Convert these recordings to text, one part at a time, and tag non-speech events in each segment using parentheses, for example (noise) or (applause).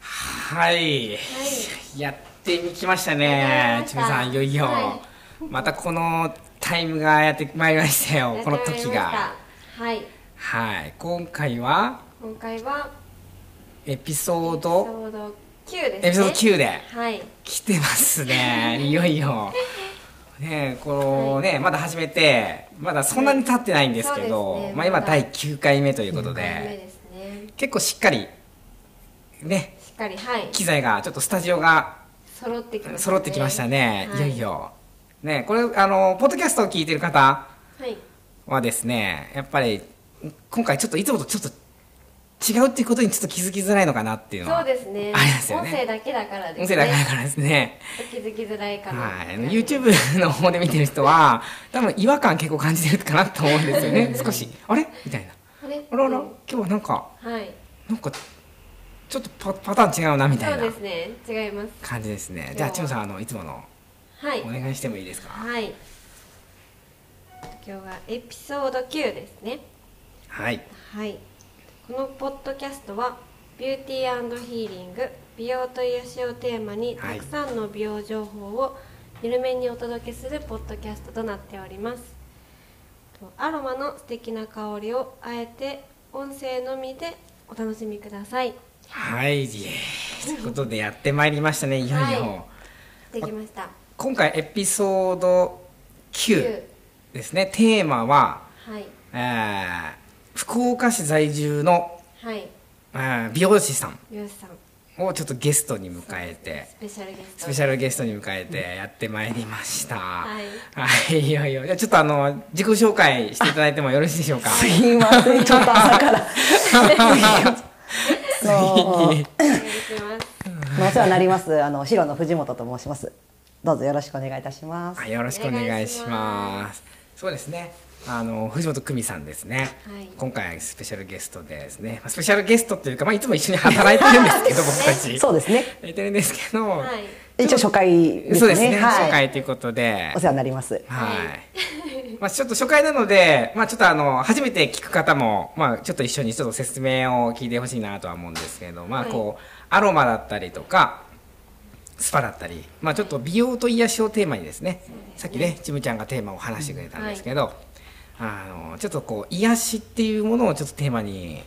はい、やってきましたね、ちむさん、いよいよ、はまたこのタイムがやってまいりましたよ、この時やってまいりが。ましたはいはい、今回は今回はエピソーエピド、ソード9ですねエピソード9ではい来てます (laughs) ね、いよいよ。ね、こうね、まだ始めて、まだそんなに経ってないんですけど、そうですまねあ、ま今、だ第9回目ということ二回目で、ですね結構しっかり、ね、しっかりはい機材が、ちょっとスタジオが揃ってきましたね揃ってきましたね、はいい、よいよ。ね、これあのポッドキャストを聞いてる方はいはですねやっぱり今回ちょっといつもとちょっと違うっていうことにちょっと気づきづらいのかなっていうのはそうですねありますよね音声だけだからですね音声だけだからですね、お気づきづらいかなはい、YouTube の方で見てる人は多分違和感結構感じてるかなと思うんですよ (laughs) ね少しあれみたいなあれあらあらう今ん日はなんかはいなんかちょっとパパターン違うなみたそいうなですね違います感じですねじゃあチムさんあのいつものはいお願いしてもいいですかはい今日はエピソード9ですねはいはい、このポッドキャストはビューティーヒーリング美容と癒しをテーマにはたいくさんの美容情報を緩めにお届けするポッドキャストとなっておりますとアロマの素敵な香りをあえて音声のみでお楽しみくださいはい、いえということでやってまいりましたね、いよいよ。はできました今回エピソード9ですね、テーマは、はいえー福岡市在住の、はいえー美容師さん美容師さんをちょっとゲストに迎えて、スペシャルゲストスペシャルゲストに迎えてやってまいりました。いはい、いよいよ。じゃあちょっとあの、自己紹介していただいてもよろしいでしょうか。(laughs) すいません、ちょっと朝から。お願いしますそう、お世話になります。あの、白の藤本と申します。どうぞよろしくお願いいたしますは。いよろしくお願いしお願いしま。ますそうですね。あの藤本久美さんですね、はい今回スペシャルゲストでですね、まあスペシャルゲストというか、まあ、いつも一緒に働いてるんですけど僕たち (laughs) そうですね。働いてるんですけど、はい一応初回ですね。そうですね、はい、初回ということでお世話になります。はい、まあ、ちょっと初回なので、まあ、ちょっとあの初めて聞く方も、まあ、ちょっと一緒にちょっと説明を聞いてほしいなとは思うんですけど、まあはいこうアロマだったりとかスパだったり、まあ、ちょっと美容と癒しをテーマにですねさっきねちむちゃんがテーマを話してくれたんですけど、あのちょっとこう癒しっていうものをちょっとテーマに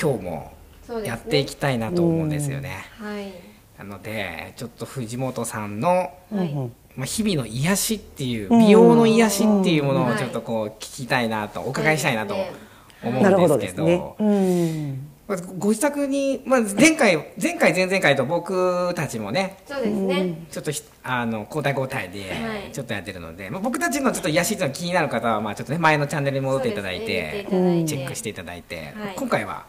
今日もそうですやねっていきたいなと思うんですよね。はいなのでちょっと藤本さんのはうんういんまあ、日々の癒しっていううん美容の癒しっていうものうをんちょっとこう聞きたいなとお伺いしたいなと思なるほうどんでですけどすね。うん。まあご自宅に、まあ、前回前回前々回と僕たちもねそうですねちょっとひあの交代交代ではいちょっとやってるので、まあ、僕たちのちょっと癒しっていうのが気になる方はまあちょっとね前のチャンネルに戻っていただいてそうですね見チェックしていただいて、はい今回は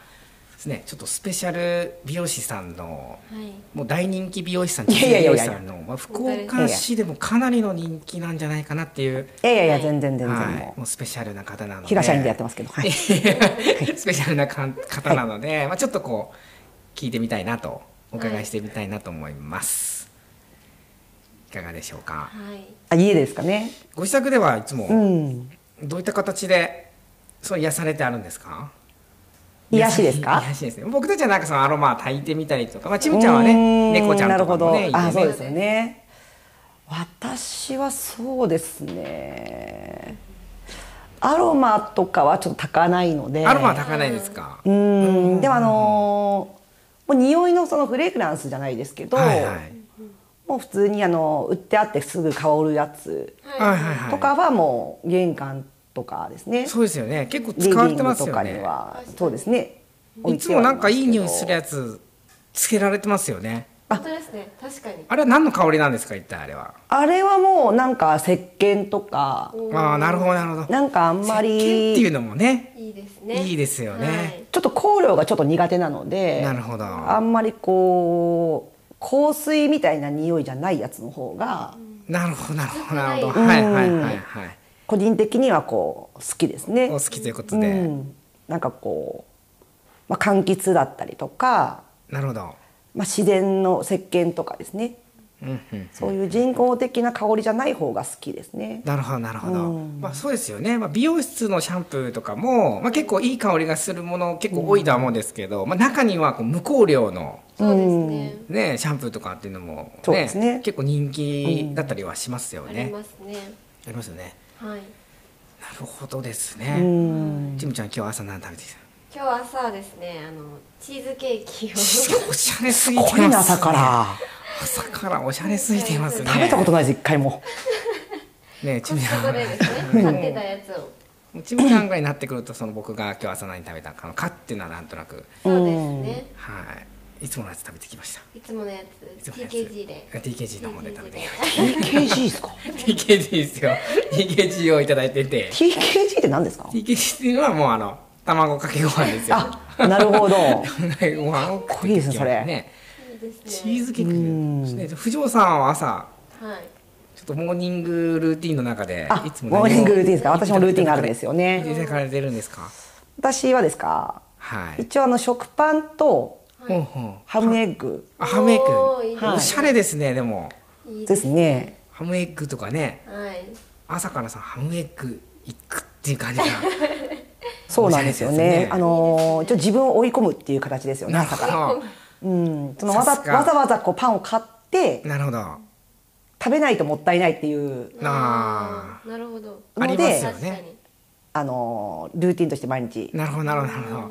ですねちょっとスペシャル美容師さんのはいもう大人気美容師さん、人いや気いや美容いやい師やさんの、まあ、福岡市でもかなりの人気なんじゃないかなっていう、いやいやいや、全然全然はい、ももうスペシャルな方なのう。で、平社員でやってますけど。は (laughs) い。スペシャルなかん方なので、まあ、ちょっとこう、聞いてみたいなと、お伺いしてみたいなと思います。いかがでしょうか。はいあ、家ですかね。ご自宅ではいつうも、ん。どういった形で、そう癒されてあるんですか癒しですか癒しですね。僕たちはなんかそのアロマ炊いてみたりとか、まあ、ちむちゃんはね、う猫ちゃんとかもね、いなるいほど。あ、そうねですよね。私はそうですね。アロマとかはちょっと炊かないので。アロマは炊かないですか。うーんでもあのーもう匂いのそのフレグランスじゃないですけど、はいはい。もう普通にあの売ってあってすぐ香るやつはいははいはい、とかはもう玄関とかですね、そうですよね結構リビ使われンてまグすとよかにねはそうですねいつもなんかいい匂いするつやつつけられてますよねい本当ですね確かにあれは何の香りなんですか一体あれはあれはもうなんか石鹸とかああなるほどなるほどなんかあんま石鹸っていうりのもねいいですねいいですよねはいちょっと香料がちょっと苦手なのでなるほどあんまりこう香水みたいな匂いじゃないやつの方が、なるほどなるほどなるほどうんはいはいはいはい個人的にはこう好きですね。お好きということで、うん、なんかこう、まあ、柑橘だったりとか、なるほどまあ、自然の石鹸とかですねうんうんそういう人工的な香りじゃない方が好きですね。なるほどなるほど、まあ、そうですよね、まあ、美容室のシャンプーとかも、まあ、結構いい香りがするもの結構多いとは思うんですけど、まあ、中にはこう無香料のそうですね、ね、シャンプーとかっていうのも、そうですね結構人気だったりはしますよあね、りますねありますよねはいなるほどですうね、んちむちゃん今日朝何食べてき今日朝はですねあのチーズケーキを (laughs) たおしゃれすぎてます濃ねいな朝から朝からおしゃれすぎていますね食べたことないです一回もねちコむちストゃコんでですね買ってたやつをちむちゃんぐらいになってくるとその僕が今日朝何食べたかのかっていうのはなんとなくそうですねはいいつものやつ食べてきましたいつものやいつつものやつ TKG で TKG の方で食べてきまし TKG ですかた TKG (laughs) ですよ TKG をいただいてて TKG って何ですか TKG っていうのはもうあの卵かけご飯ですよあなる (laughs) ほどご飯をこいいですねそれねいいですチねーズケーキですね藤尾さんは朝はいちょっとモーニングルーティンの中であいつも何をモーニングルーティンですか私もルーティンがあるんですよいねただかれてるんですか私はですかはい一応あの食パンとほうほうハムエッグあハムエおーいッいでグすねおしゃれですねでもいいですねハムエッグとかねはい朝からさハムエッグ行くっていう感じがそうなんですよねおしゃれですねあのー一応自分を追い込むっていう形ですよねなる (laughs) 朝ほから、どうん、そのわざさすがわざわざこうパンを買ってなるほどな食べないともったいないっていうああーなるほどありますよ確かねにあのールーティンとして毎日なるほどなるほどなるほ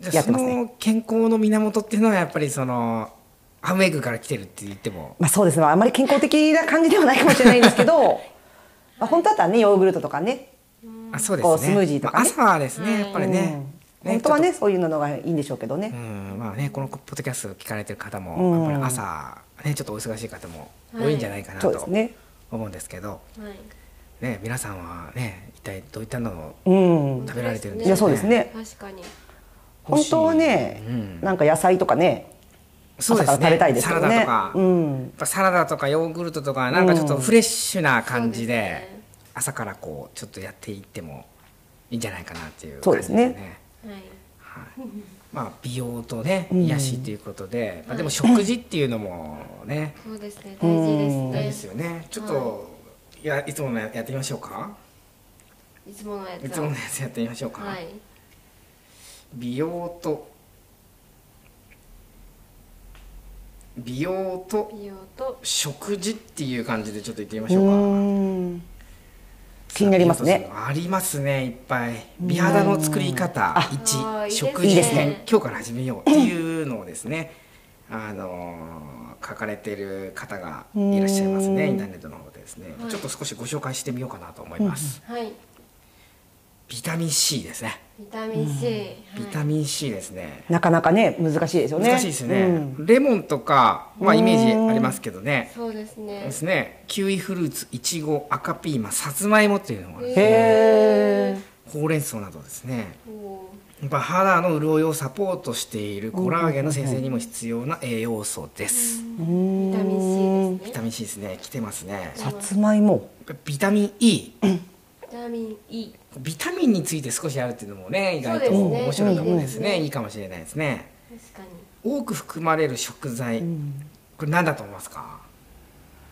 どじゃやあそってますねの健康の源っていうのはやっぱりそのハムエッグから来てるって言ってもまあそうですねあまり健康的な感じではないかもしれないんですけ (laughs) どまあ本当だったらねヨーグルトとかねあそうでこうすねスムージーとかねまあ朝はですねやっぱりねうん本当はちょっねそういうのがいいんでしょうけどね、とうんまあねこのポッドキャスト聞かれてる方うもんやっぱり朝ねちょっとお忙しい方も多いんじゃないかなそうですとね思うんですけどはいね皆さんはね一体どういったのをうん食べられてるんでいやそうですね確かに欲本しい当はね、うんなんか野菜とかねそうですね朝から食べたいですよねサラダとか、うやっん、ぱサラダとかヨーグルトとかなんかちょっとフレッシュな感じで,、そうですね朝からこうちょっとやっていってもいいんじゃないかなっていうそ感うじでですすねね。はいはい、まあ美容とね癒しということで、まあ、でも食事っていうのもねそうですね大事です大ね事ですよねちょっと、い、やいつものややってみましょうかいつものやつをいつものやつやってみましょうか、はい美容と美容と美容と食事っていう感じでちょっと言ってみましうょうか。ん気になりますね。ありますねいっぱい美肌の作り方あー1いいですね食事い編いですね今日から始めようっていうのをですねあのー書かれてる方がいらっしゃいますねうんインターネットの方でですねはいちょっと少しご紹介してみようかなと思いますはいビタミン C ですねビタミン C ビタミン C ですねなかなかね難しいですよね。難しいですようねんレモンとかまあイメージありますけどねそうですねですねキウイフルーツいちご赤ピーマンさつまいもっていうのもあるんですねへえ。ほうれん草などですねおおやっぱ肌の潤いをサポートしているコラーゲンの生成にも必要な栄養素です、ビタミン C でビすタねミン C ですね来てますねさつまいも。ビタミン E ビタミン E ビタミンについて少しあるっていうのもね意外とそうですね面白いと思うんですねうんいいかもしれないですね確かに多く含まれる食材、これ何だと思いますか、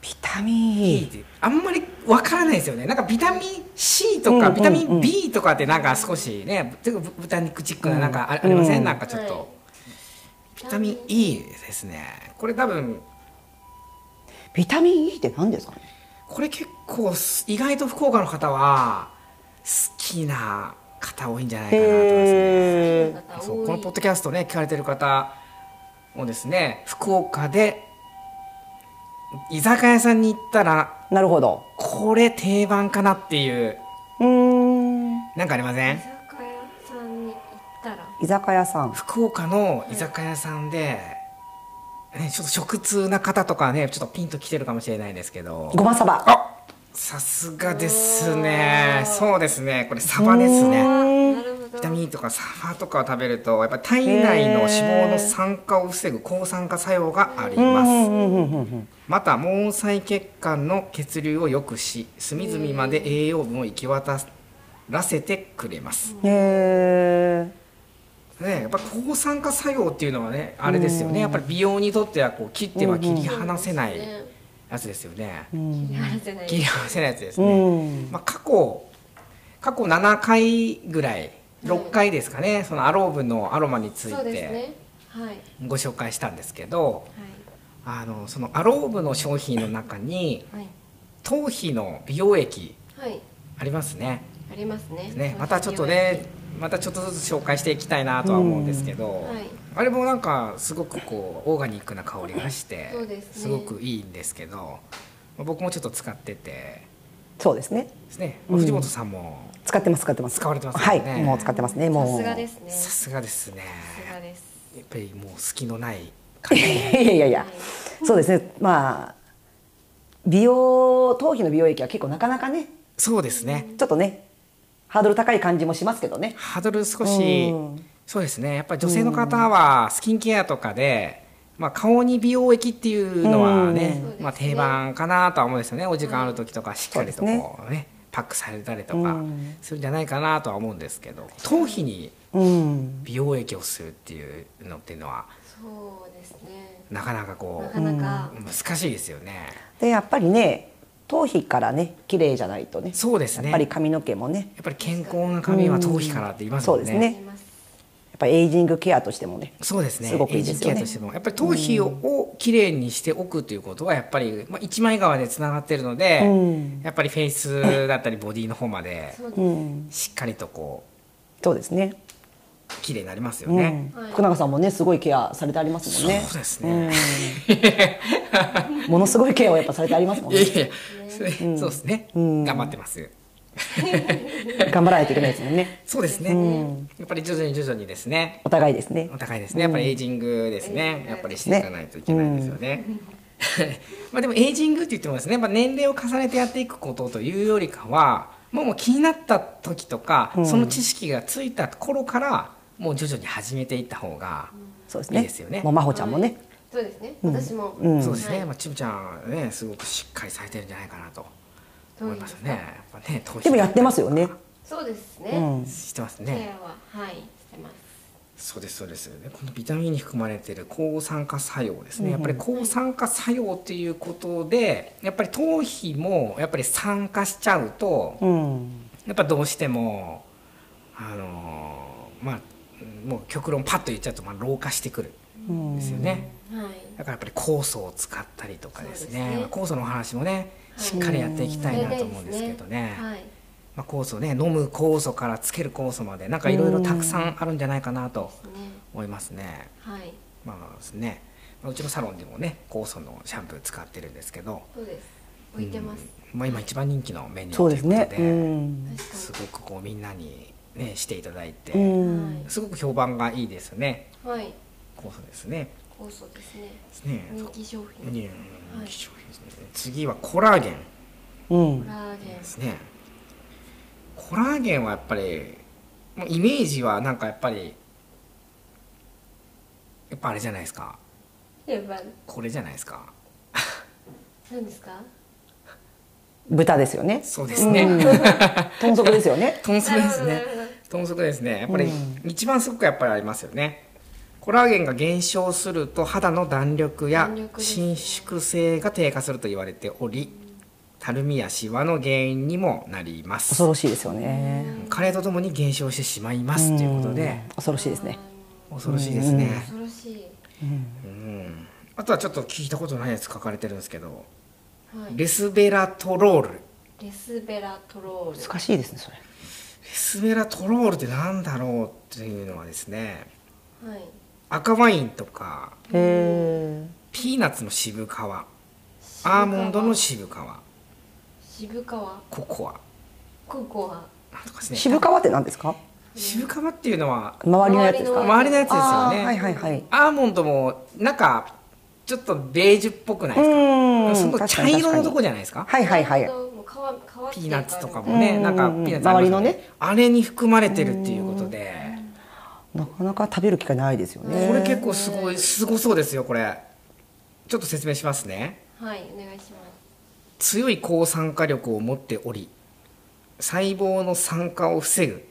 ビタミン E E っ。てあんまりわからないですよねなんかビタミン C とか、うんビタミン B とかってなんか少しねちょっと豚肉チックななんかあ,、うんりません、うんなんかちょっと、はいビタミン E ですねこれ多分ビタミン E って何ですかね。これ結構す意外と福岡の方は好きな方多いんじゃないかなと思いますね。へえ。方そう多いこのポッドキャストね聞かれてる方もですね福岡で居酒屋さんに行ったらなるほど。これ定番かなっていううーん。なんかありませ居ん酒屋さんに行ったら居酒屋さん。福岡の居酒屋さんで、ね、ちょっと食通な方とかねちょっとピンと来てるかもしれないですけどごまさば。あさすがですねそうですねこれサバですね。なるほどビタミンとかサファとかを食べるとやっぱり体内の脂肪の酸化を防ぐ抗酸化作用がありますまた毛細血管の血流を良くし隅々まで栄養分を行き渡らせてくれます、へえ。ね、やっぱ抗酸化作用っていうのはねあれですよねやっぱり美容にとってはこう切っては切り離せないねやつですよね切り離せない切り離せないやつですうね、ん。まあ、過去過去7回ぐらい6回ですかね、そのアローブのアロマについてそうですねはいご紹介したんですけどはあのそのアローブの商品の中にい頭皮の美容液はい、はい、ありますねありますねねまたちょっとねまたちょっとずつ紹介していきたいなとは思うんですけど、はいあれもなんかすごくこうオーガニックな香りがしてそうですねごくいいんですけど、まあ僕もちょっと使っててそうですねですね、うん藤本さんも使ってます使ってます使われてますよはねいもう使ってますねもうさすがですねささすがですねすがですやっぱりもう隙のないいやいやいやいやはそうですねまあ美容頭皮の美容液は結構なかなかねそうですねちょっとねハードル高い感じもしますけどねハードル少し、うんそうですねやっぱり女性の方はスキンケアとかで、まあ、顔に美容液っていうのはねうん、まあ、そうですね定番かなとは思うんですよねお時間ある時とかしっかりとそうですこうねパックされたりとかうんするんじゃないかなとは思うんですけど頭皮にうん美容液をするっていうのっていうのはそうですねなかなかこなかうなか、難しいですよねでやっぱりね頭皮からね綺麗じゃないとねそうですやねっぱり髪の毛もねやっぱり健康な髪は頭皮からって言いますもんね。うんそうですねいますやっぱりエイジングケアとしてもねそうですね。すごくいいですよねエイジングケアとしてもやっぱり頭皮を,、をきれいにしておくということはやっぱり、まあ、一枚皮でつながってるので、うんやっぱりフェイスだったりボディの方までそうですうねんしっかりとこそうですねう綺麗になりますようんね。はい福永さんもねすごいケアされてありますもんねそうですね。うんものすごいケアをやっぱされてありますもんいやねいや、それそうですね、うん頑張ってます。頑張らないといけないですもんねそうですね、やっぱり徐々に徐々にですね。お互いですねお互いですね。やっぱりエイジングですね。うんやっぱりしていかないといけないですよね。 (laughs) まあでもエイジングって言ってもですね、まあ、年齢を重ねてやっていくことというよりかはもうもう気になった時とか、その知識がついた頃からもう徐々に始めていった方が、そうですねいいですよねもう真帆ちゃんもねそうですね私も、うんそうですね、はいまあ、ちむちゃんねすごくしっかりされてるんじゃないかなとどう思いいうますよね。やっぱね投資でもやってますよねそうですね、うんしてますケね。アははいしてますそうですそうです。でこのビタミンに含まれている抗酸化作用ですね。やっぱり抗酸化作用ということで、やっぱり頭皮もやっぱり酸化しちゃうと、うんやっぱどうしてもあのーまあもう極論パッと言っちゃうと、まあ、老化してくるうんんですよね、はいだからやっぱり酵素を使ったりとかですねそうですねまあ酵素のお話もねはいしっかりやっていきたいなと思うんですけどね、はいまあ、酵素ね飲む酵素からつける酵素までなんかいろいろたくさんあるんじゃないかなとね思いますね。はいまあですねまあうちのサロンでもね酵素のシャンプー使ってるんですけどそうです置いてます、うんまあ、今一番人気のメニューそうですねといううこんとで確かにすごくこうみんなに、ね、していただいて、うんすごく評判がいいですね。はい、コースですね。酵素ですね。ですね。人気商そう品。ね人気商品ですね次はコラーゲンうんコラーゲンで。すね。コラーゲンはやっぱり、もうイメージはなんかやっぱり、やっぱあれじゃないですか。やっぱ、これじゃないですか。何ですか。豚ですよねそうです (laughs) ね。豚足ですよね豚足ですなねるほどなるほ。豚足ですね。やっぱりう一番すごくやっぱりありますよね。コラーゲンが減少すると肌の弾力や弾力ですね伸縮性が低下すると言われており、たるみやシワの原因にもなります恐。ろしいですよね加齢とともに減少してしまいますということで、うん恐ろしいですね恐ろしいですね。恐ろしい。うんあとはちょっと聞いたことないやつ書かれてるんですけど、はい。レレスベラトロール。レスベラトロール。難しいですねそれスベラトロールってなんだろうっていうのはですね、はい。赤ワインとかへピーナッツの渋皮アーモンドの渋皮渋川。ココアココア。なんとかですえね渋川って何ですか渋皮っていうのは周りのやつですか周周りのやつですよあーね、はいはいはいアーモンドもなんかちょっとベージュっぽくないですかうんその茶色のとこじゃないですかはいはいはいもう皮、皮っていうピーナッツとかもうねんなんかピーナッツありま周すよりのねあれに含まれてるっていうことでなかなか食べる機会ないですよねこれ結構すごいすごそうですよこれちょっと説明しますねはい、お願いします。強い抗酸化力を持っており細胞の酸化を防ぐ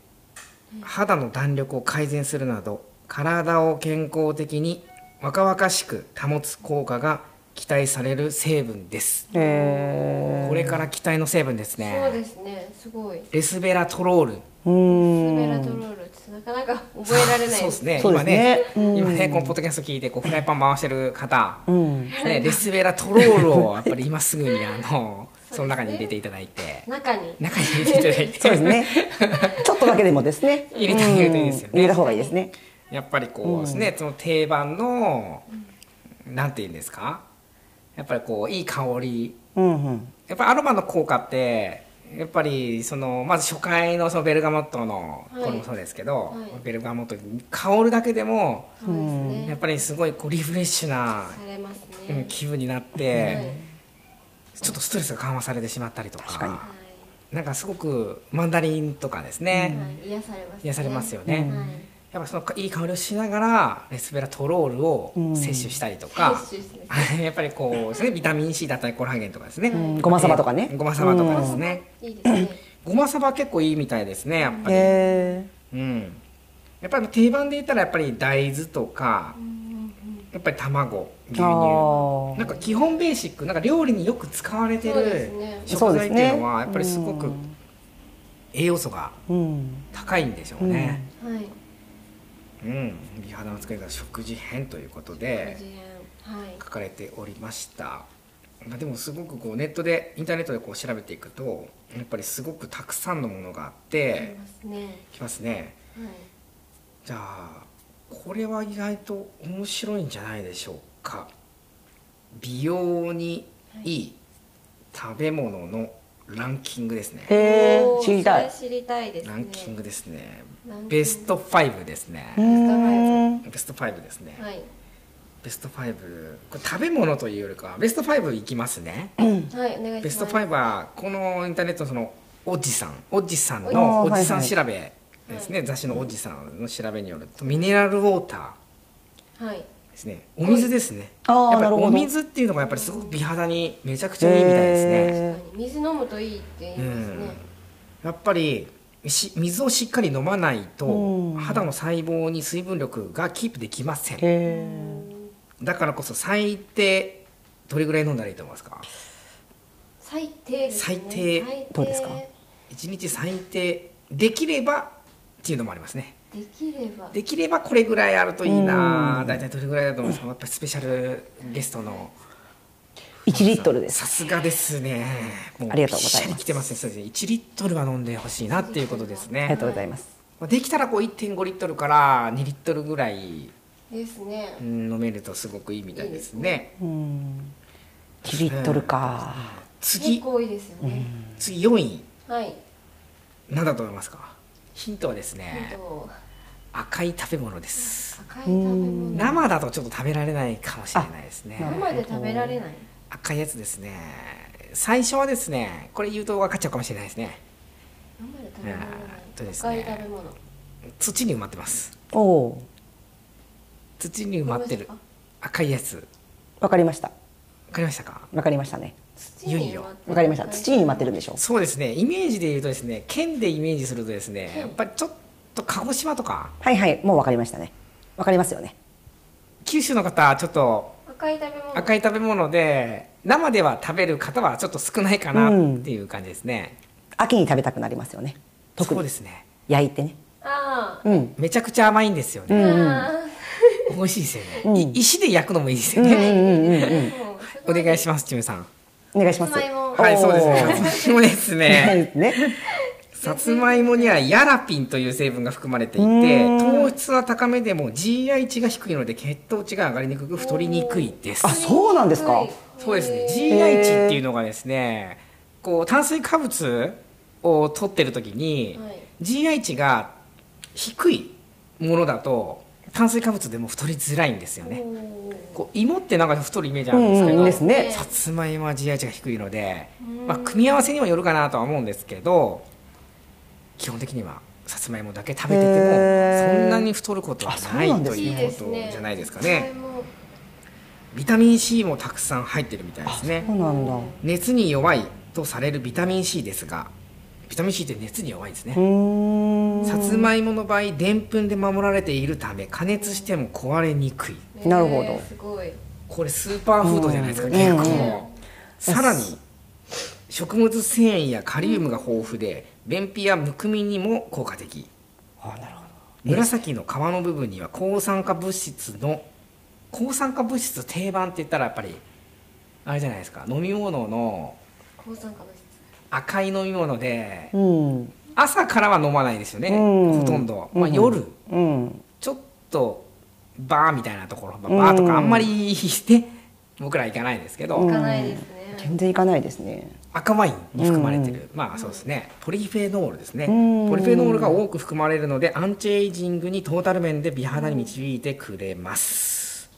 肌の弾力を改善するなど体を健康的に若々しく保つ効果が期待される成分ですへこれから期待の成分ですそうでねすね。すごい。レスベラトロールーうーんスベラトロール。つなかなか覚えられな (laughs) いそうですねそうで今すねねうん今ねこのポッドキャスト聞いてこうフライパン回してる方、うん、ね、レスベラトロールをやっぱり今すぐにあのその中に入れていただいて中に中に入れていただいてそうで (laughs) すねちょっとだけでもですね入れてあげるといいですよねうん入れた方がいいですねやっぱりこうですね、その定番のなんて言うんですかやっぱりこういい香りうんうんやっぱりアロマの効果ってやっぱりそのまず初回のそのベルガモットの、はいこれもそうですけど、はいベルガモットに香るだけでもそうですねやっぱりすごいこうリフレッシュなされますうね、ん気分になって、はいちょっとストレスが緩和されてしまったりとか確かになんかすごくマンダリンとかですね、はい、癒されます、ね、癒されますよね、うんはいやっぱそのいい香りをしながらレスベラトロールを摂取したりとか、摂取し (laughs) てやっぱりこうですねビタミン C だったりコラーゲンとかですね、んごまさばとかねえーごまさばとかですね、いいですねごまさば結構いいみたいですねやっぱり、へうんやっぱり定番で言ったらやっぱり大豆とかやっぱり卵牛乳あーなんか基本ベーシックなんか料理によく使われてそうでするねえそ食うで材っすていうねのはやっぱりすごく栄養素がうん高いんでしょうね、はいうん、美肌の作り方食事編ということで二次元はい書かれておりました、まあ、でもすごくこうネットでインターネットでこう調べていくとやっぱりすごくたくさんのものがあっありてますねきますねはいじゃあこれは意外と面白いんじゃないでしょうか美容にいい食べ物のランキングですね、へえおー知りたいそれ知りたいですねランキングですねランキングベスト5ですね、うーんベスト5ですね、はいベスト5これ食べ物というよりかはベスト5いきますねはいお願いしますベスト5はこのインターネットのそのおじさんおじさんあーのおはいはいじさん調べですね、雑誌のおじさんの調べによるとミネラルウォーターはいですねお水ですねあやあっぱなりるほどお水っていうのがやっぱりすごく美肌にめちゃくちゃいいみたいですね、へ確かに水飲むといいって言いますねやっぱりし水をしっかり飲まないとうん肌の細胞に水分力がキープできませえんへえだからこそ最低どれぐらい飲んだらいいと思いますか最低ですね最低どうですか1日最低できればっていうのもありますねできればできればこれぐらいあるといいな大体どれぐらいだと思いますかやっぱりスペシャルゲストの1リットルですさすがですねもありがとうござびいますっしり来てますねそうですね1リットルは飲んでほしいなっていうことですありねがとうございますまあできたらこう1.5リットルから2リットルぐらいですねうん飲めるとすごくいいみたいですねうん1リットルか次結構多いですよね次4位はい何だと思いますかヒントはですえっねと赤い食べ物です赤い食べ物生だとちょっと食べられないかもしれないですね生で食べられない赤いやつですね最初はですねこれ言うと分かっちゃうかもしれないですね生で食べられないえーとです赤いね食べ物土に埋まってますおお土に埋まってるあ赤いやつわかりました分かりましたかわかりましたね土に埋まってるわかりました土に埋まってるんでしょそうですねイメージで言うとですね県でイメージするとですねやっぱりちょっと鹿児島とかはいはいもうわかりましたねわかりますよね九州の方ちょっと赤い食べ物赤い食べ物で生では食べる方はちょっと少ないかなっていう感じですね、秋に食べたくなりますよね特そうにですね焼いてねああうんめちゃくちゃ甘いんですよね、あ美味しいですよね、うんい石で焼くのもいいですよね、お願いししますちむさんお願いしますさつまいもはいそうですねおーさつまいもです (laughs) ねねねさつまいもにはヤラピンという成分が含まれていてーん糖質は高めでも GI 値が低いので血糖値が上がりにくく太りにくいですあそうなんですかそうですねじ GI 値っていうのがですねこう炭水化物を取ってる時にはい GI 値が低いものだと炭水化物でも太りづらいんですよねこう芋ってなんか太るイメージあうるんですけんど、うんですねさつまいもは GI 値が低いので、まあ、組み合わせにもよるかなとは思うんですけど基本的にはさつまいもだけ食べててもへーそんなに太ることはあそうないなんでとすいねうことじゃないですかねビタミン C もたくさん入ってるみたいですねそうなんだ熱に弱いとされるビタミン C ですがビタミン C って熱に弱いんですねうーんさつまいもの場合でんぷんで守られているため加熱しても壊れにくいなるほどすごいこれスーパーフードじゃないですか、うん結うんうん構、さらに食物繊維やカリウムが豊富で便秘やむくみにも効果的あなるほ紫の皮の部分には抗酸化物質の抗酸化物質定番って言ったらやっぱりあれじゃないですか飲み物の抗酸化物質赤い飲み物でうん朝からは飲まないですよね、うんほとんど、まあ、うん夜、うんちょっとバーみたいなところ、まあバーとかあんまりして僕ら行かないですけど、いかないですね、全然いかないですね赤ワインに含まれてる、まあそうですねポリフェノールですね、うんポリフェノールが多く含まれるのでアンチエイジングにトータル面で美肌に導いてくれます、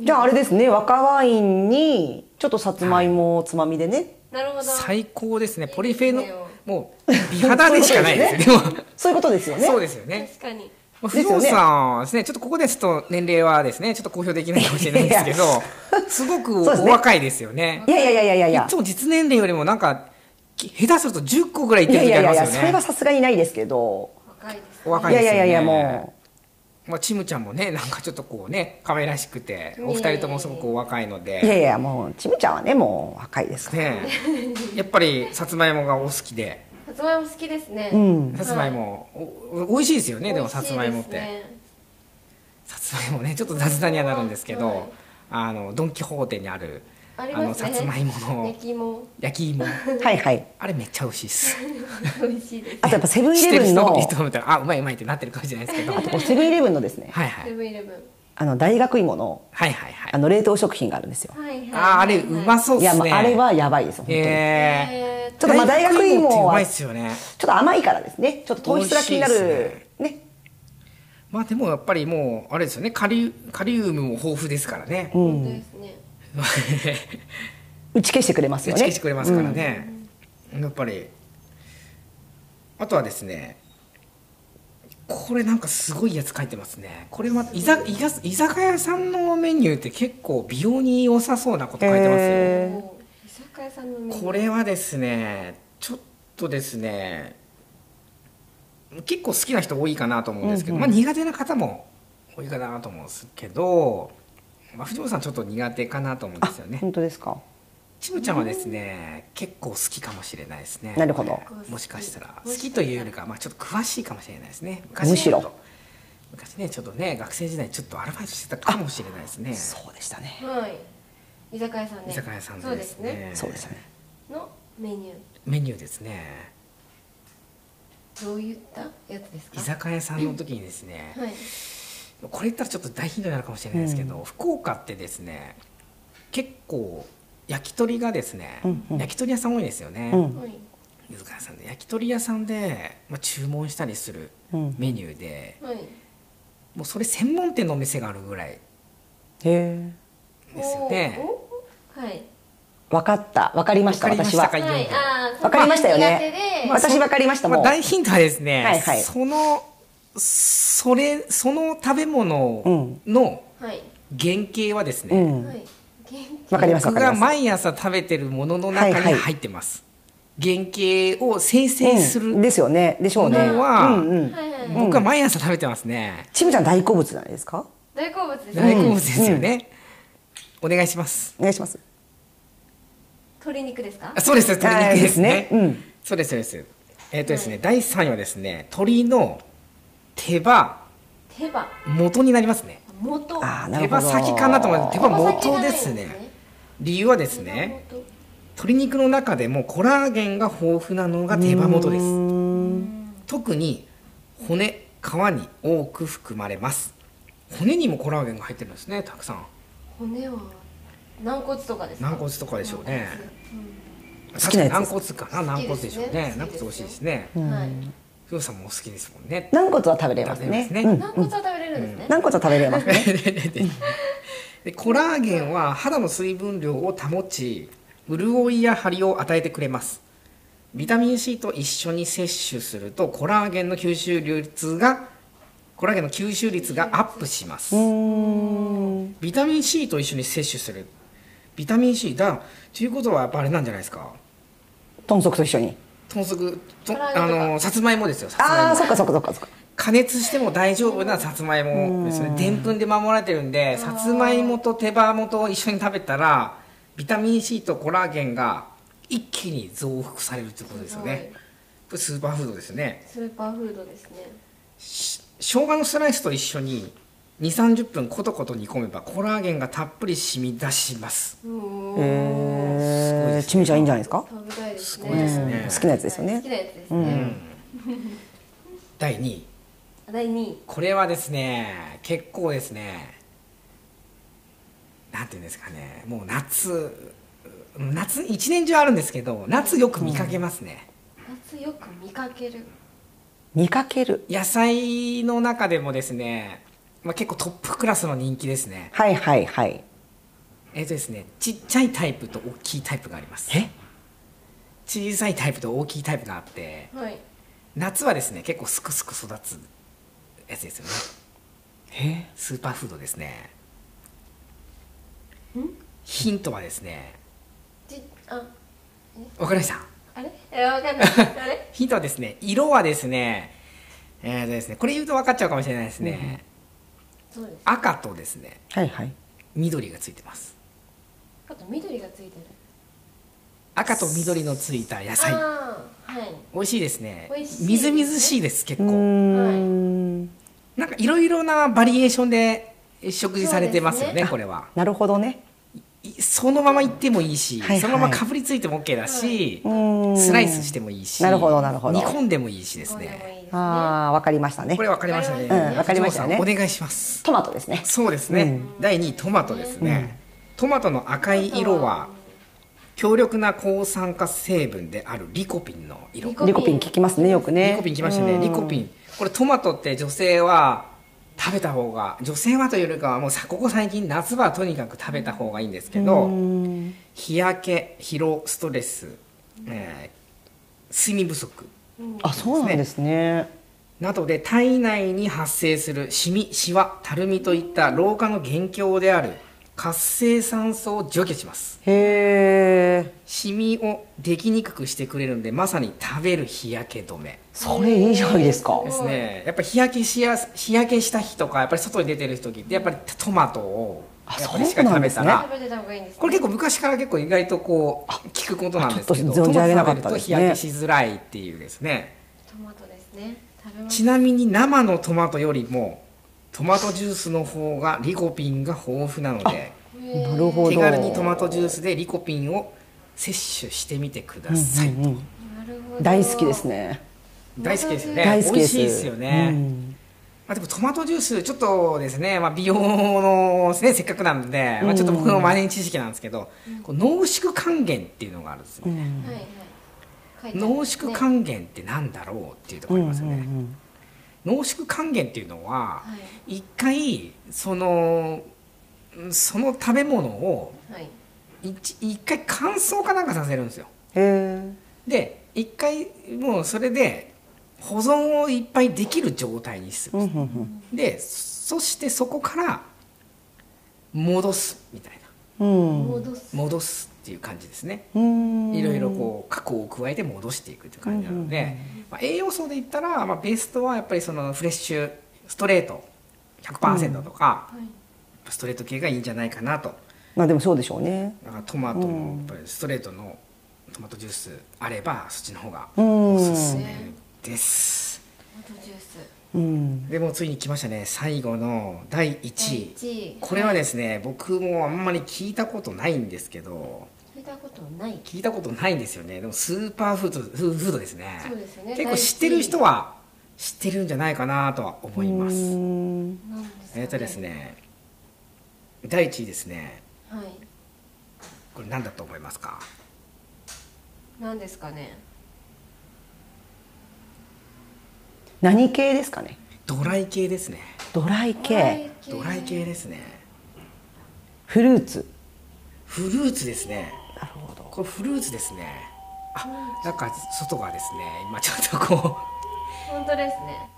じゃああれですね若ワインにちょっとさつまいもをつまみでねなるほど最高ですねポリフェノいいですねもう美肌でしかないですよねそういうことですよ (laughs) ねそうですよね確かにまあで不すよ動ね産ですねちょっとここですと年齢はですねちょっと公表できないかもしれないんですけど (laughs) すごくおそうですね若いですよねいやいやいやいやいやいいやつも実年齢よりもなんかき下手すると10個ぐらいいっいてるやい時あやりまいやすそよれはねさすがにないですけど若いですおね若いいでやすいよやねいやいやもまあ、チムちゃんもねなんかちょっとこうね可愛らしくてうんお二人ともすごくお若いのでういやいやもうちむちゃんはねもう若いですから、ねえやっぱりさつまいもがお好きでさつまいも好きですね、うんさつまいも、おお美味しいですよねでもさつまいもっ美て、味しいですねさつまいもねちょっと雑談にはなるんですけど、はいあのドン・キホーテにあるありあのますねさつまいもの焼 (laughs) き芋焼き芋はいはいあれめっちゃ美味しいです美味しいですあとやっぱセブンイ知っレてるブン人のいいと思ったらあうまいうまいってなってるかもしれないですけ (laughs) どはいはいセブンイレブンのですねはいセブンイレブンあの大学芋のはいはいはいあの冷凍食品があるんですよはいはいはいあーあれうまそうっいすやもうねあれはやばいです本当に、えーえーっちょっとまあ大学芋ってうはまいっちすよねょっと甘いからですねちょっと糖質が気になる美味しいでねまあでもやっぱりもうあれですよねカリウカリウムも豊富ですからね、 (laughs) と本当ですね、打ち消してくれます打よちね消してくれますからね、やっぱりあとはですねこれなんかすごいやつ書いてますねこれま居酒居酒居酒屋さんのメニューって結構美容に良さそうなこと書いてますよ、へえーもう居酒屋さんのメニューこれはですねちょっとですね結構好きな人多いかなと思うんですけど、うんうまあ、苦手な方も多いかなと思うんですけど、まあ、藤本さんちょっと苦手かなと思うんですよあね本当ですかちむちゃんはですね結構好きかもしれないですねなるほどもしかしたらも好しかしたらきというよりかは、まあ、ちょっと詳しいかもしれないですねむしろちょっと昔ねちょっとね学生時代ちょっとアルバイトしてたかもしれないですねそうでしたねはい居酒屋さんで居酒屋さんそうですねそうでしたねのメニュメニューですねーどういったやつですか居酒屋さんの時にですね、はいこれ言ったらちょっと大ヒントになるかもしれないですけど、福岡ってですね結構焼き鳥がですね、うんうん焼き鳥屋さん多いですよね、うんはい水川さんで焼き鳥屋さんで、まあ、注文したりするうんへメニューで、はいもうそれ専門店のお店があるぐらいえですよね。おーはい分かった分かりましたわかりました私はかはいはいあー分かりましたよね苦手で私分かりましたまあ、もう大ヒントはですね、はいはいそのそれその食べ物うのはい原型はですうね、んはいわかりますわ僕かりがます毎朝食べてるもののはい中はいに入ってます。原型を生成するうんですよねでしょうねものはうんう元気んはいはいはい僕は毎朝食べてますね。ちむちゃん大好物じゃないですか大好物です大好ね物ですよね。お願いします。お願いします鶏肉ですかあそうです鶏肉ですね。あーですねそうですそうです。えっ、とですね、第三位はですね鶏の手羽手羽元になりますね。元あーなる手ほど羽先かなと思います。手羽手羽先が元ないんでですすねね。理由はですね、手羽元鶏肉の中でもコラーゲンが豊富なのが手羽元でうす。ーん特に骨皮に多く含まれます。骨にもコラーゲンが入ってるんですね。たくさん。骨は軟骨とかですか軟骨とかでしょうね好きなやつ軟骨かな軟好骨きででしすょねうね軟好き骨です美味しいですねうんはいふうさんもお好きですもんね軟骨は食べれますね食べれますねうん軟骨は食べれるんですね軟骨は食べれます (laughs) ねでコラーゲンは肌の水分量を保ち潤いや張りを与えてくれますビタミン C と一緒に摂取するとコラーゲンの吸収率がコラーゲンの吸収率がアップしますうーんビタミン C と一緒に摂取するビタミン C だということはやっぱあれなんじゃないですか豚足と一緒に豚足と唐揚げとかあのさつまいもですよさつまいもああそっかそっかそっかそっか加熱しても大丈夫なさつまいもですねでんぷんで守られてるんでさつまいもと手羽元を一緒に食べたらビタミン C とコラーゲンが一気に増幅されるってことですよねこれスーパーフードですよねスーパーフードですねし生姜のスライスと一緒に2 3 0分コトコト煮込めばコラーゲンがたっぷり染み出しますおえーごいでー、すねちみちゃんいいんじゃないですか。食べたいですすねごいですねうん好きなやつですよ好きなね。やつですね、第2位第2位これはですね結構ですねなんていうんですかねもう夏夏一年中あるんですけど夏よく見かけますね、夏よく見かける見かける。野菜の中でもですね、まあ、結構トップクラスの人気ですねはいはいはい。えっ、とですねちっちゃいタイプと大きいタイプがありますえ小さいタイプと大きいタイプがあってはい夏はですね結構すくすく育つやつですよねえスーパーフードですねヒントはですねじあわかりましたあれえわ (laughs) かんないあれヒントはですね色はですねえーとですねこれ言うと分かっちゃうかもしれないですね、そうです赤とですねはいはい。緑がついてますあと緑がついてる赤と緑のついた野菜ああはい美味しいですね美味しいですねみずみずしいです結う構ーん。なんかいろいろなバリエーションで食事されてますよそうねですこれはなるほどね。いそのままいってもいいし、はいはいそのままかぶりついても OK だし、うーん。スライスしてもいいしなるほどなるほど煮込んでもいいしですどうでもいいねですねああ、わかりましたねこ。れわかりましたね、うんわかりましたねお嬢さんお願いしますトマトですね。そうですね、第2位トマトですね、トマトの赤い色は強力な抗酸化成分であるリコピンの色リリココピンリコピン聞きますね、よくね。ピンきましたねリコピンこれトマトって女性は食べた方が女性はというよりかはもうさここ最近夏場はとにかく食べた方がいいんですけど、うん。日焼け疲労ストレス、えー睡眠不足あ、そうなんですね。などで体内に発生するシミシワたるみといった老化の元凶である活性酸素を除去しますへえ。シミをできにくくしてくれるんでまさに食べる日焼け止めそれいいじゃないですか。ですねやっぱり日焼けしやす日焼けした日とかやっぱり外に出てる時ってやっぱりトマトをあやっぱりしっそうかり食なんでべすたねら、食べてた方がいいんですねこれ結構昔から結構意外とこう聞くことなんですけちょどっと存じ上げなかっトマト食べるたとです日ね焼けしづらいっていうですねトマトですね食べますちなみに生のトマトよりもトマトジュースの方がリコピンが豊富なのでへーなるほど。手軽にトマトジュースでリコピンを摂取してみてください、うんうんなるほど大好きですね。大好きですね大好き美で味す。しいですよね、うんまあ、でもトマトジュースちょっとですね、まあ、美容のですねせっかくなんで、まあ、ちょっと僕のマネー知識なんですけど、こう濃縮還元っていうのがあるんですよね、はいはい書いてあり濃ますね縮還元ってなんだろうっていうところありますよね、うんうん濃縮還元っていうのはは一回そのうんその食べ物をはい一一回乾燥かなんかさせるんですよへで一回もうそれで保存をいっぱいできる状態にすえ。るうんうんうんでそしてそこから戻すみたいなうん戻す戻すっていう感じですねうん。いろいろこう加工を加えて戻していくっていう感じなので、まあ、栄養素で言ったら、まあ、ベストはやっぱりそのフレッシュストレート100%とか、はいストレート系がいいんじゃないかなとまあでもそうでしょうね。だからトマトのやっぱりストレートのトマトジュースあればそっちの方がうんおすすめです、トマトジュースうん。でもうついに来ましたね最後の第1位、第一位これはですね僕もあんまり聞いたことないんですけど聞いたことない聞いたことないんですよねでもスーパーフードフフードですねそうですよね結構知ってる人は知ってるんじゃないかなとは思います、うんなんですかえっ、とですね第1位ですねはいこれ何だと思いますかなんですかね何系ですかね。ドライ系ですねドライ系、ドライ系ですねフルーツ。フルーツですねなるほど。これフルーツですねあなんか外がですね今ちょっとこう本当でですね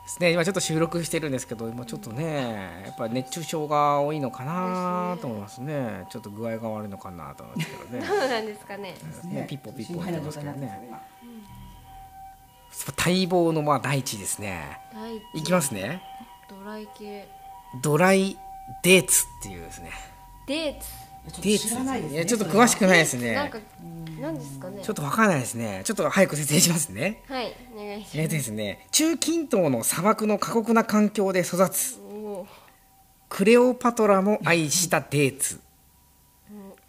すね、今ちょっと収録してるんですけど今ちょっとねやっぱ熱中症が多いのかなと思いますねちょっと具合が悪いのかなと思うんですけ (laughs) どねどうなんですかねねピッポピッポ言ってますけどね待望のまあ第一位ですね第一いきますねドライ系ドライデーツっていうですねデーツデーツ知らないですねやちょっと詳しくないですなんねかなんですかねちょっとわからないですねちょっと早く説明しますね (laughs) はいお願いしえまーすですね中近東の砂漠の過酷な環境で育つおークレオパトラも愛したデーツ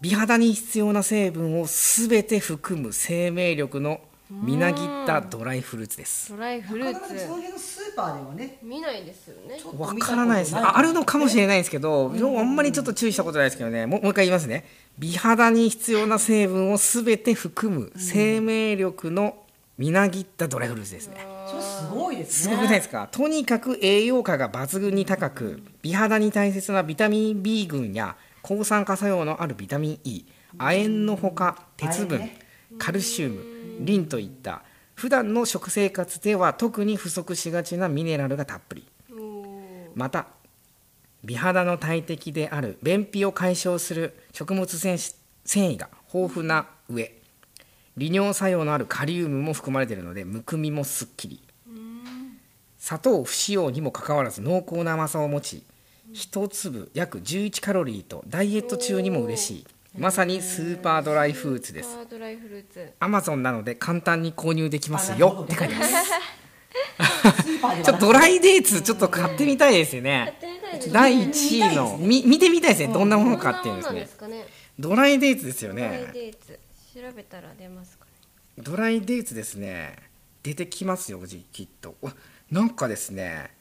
美肌に必要な成分を全て含む生命力のみなぎったドライフルーツですドライフルなーかツなかその辺のスーパーではね見ないですよねちょっとわ見たかことらないですねああるのかもしないれないですけど、あんまりちょっと注意したことないですけどねもうもう一回言いますね美肌に必要な成分を全て含む生命力のみなぎったドライフルーツですね、それすごいですすねごくないですか、とにかく栄養価が抜群に高く美肌に大切なビタミン B 群や抗酸化作用のあるビタミン E 亜鉛のほか鉄分、亜鉛ねカルシウムリンといった普段の食生活では特に不足しがちなミネラルがたっぷりおーまた美肌の大敵である便秘を解消する食物繊維繊維が豊富な上利尿作用のあるカリウムも含まれているのでむくみもすっきり砂糖不使用にもかかわらず濃厚な甘さを持ち1粒約11カロリーとダイエット中にも嬉しいまさにスーパードライフルーツでスーすパードライフルーツアマゾンなので簡単に購入できますよって書いてます (laughs) スーパーではちょっとドライデーツちょっと買ってみたいですよやねってみたいですね第1位のみ見てみたいですねどんなものかっていうんでどすんなものなんでねすかねドライデーツですよドライねデーツ調べたら出ますかねドライデーツですね出てきますよじきっとうわなんかですね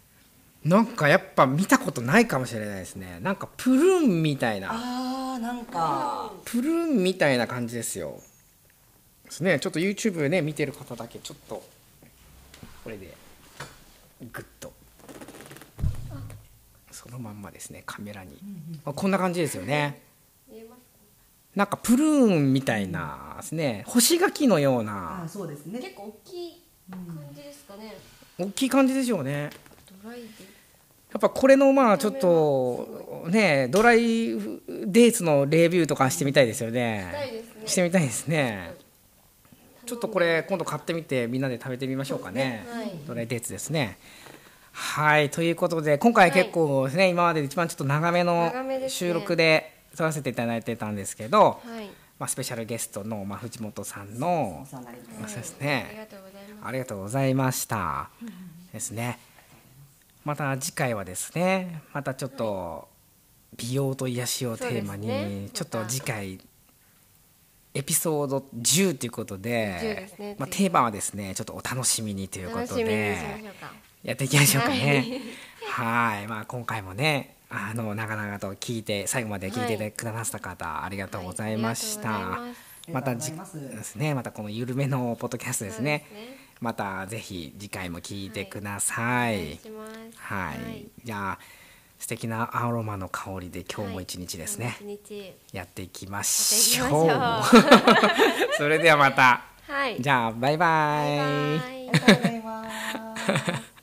なんかやっぱ見たことないかもしれないですねなんかプルーンみたいなあーなんかプルーンみたいな感じですよですねちょっと YouTube ね見てる方だけちょっとこれでグッとそのまんまですねカメラに、あこんな感じですよね見えますかなんかプルーンみたいなですね干し柿のようあなーそうですね結構大きい感じですかね、大きい感じでしょうねドライデーツやっぱこれのまあちょっとねドライデーツのレビューとかしてみたいですよたいねですねしてみたいですねうんちょっとこれ今度買ってみてみんなで食べてみましょうかねはいドライデーツですねはいということで今回結構ですね今までで一番ちょっと長めの長めですね収録で撮らせていただいてたんですけどはいまあスペシャルゲストのまあ藤本さんのお世話になりますまあそうですありねがとうございますありがとうございました。ですね。また次回はですね、またちょっと美容と癒しをテーマに、そうですねちょっと次回エピソード10ということで、 10ですねまあ次テーマはですね、ちょっとお楽しみにというこ楽としみにしましでょうかやっていきましょうかね。はい、まあ今回もね、あの長々と聞いて最後まで聞いてくださった方、ありがとうございました。はいありがとうございますまたじありがとうございますですねまたこの緩めのポッドキャストですねそうですねまたぜひ次回も聞いてくださお願いしますはい、じゃあ素敵なアロマの香りで今日も一日ですね、はい今日も一日やっていきましょうやっ (laughs) それではまたはいじゃあバイバイバイバイありがとうございます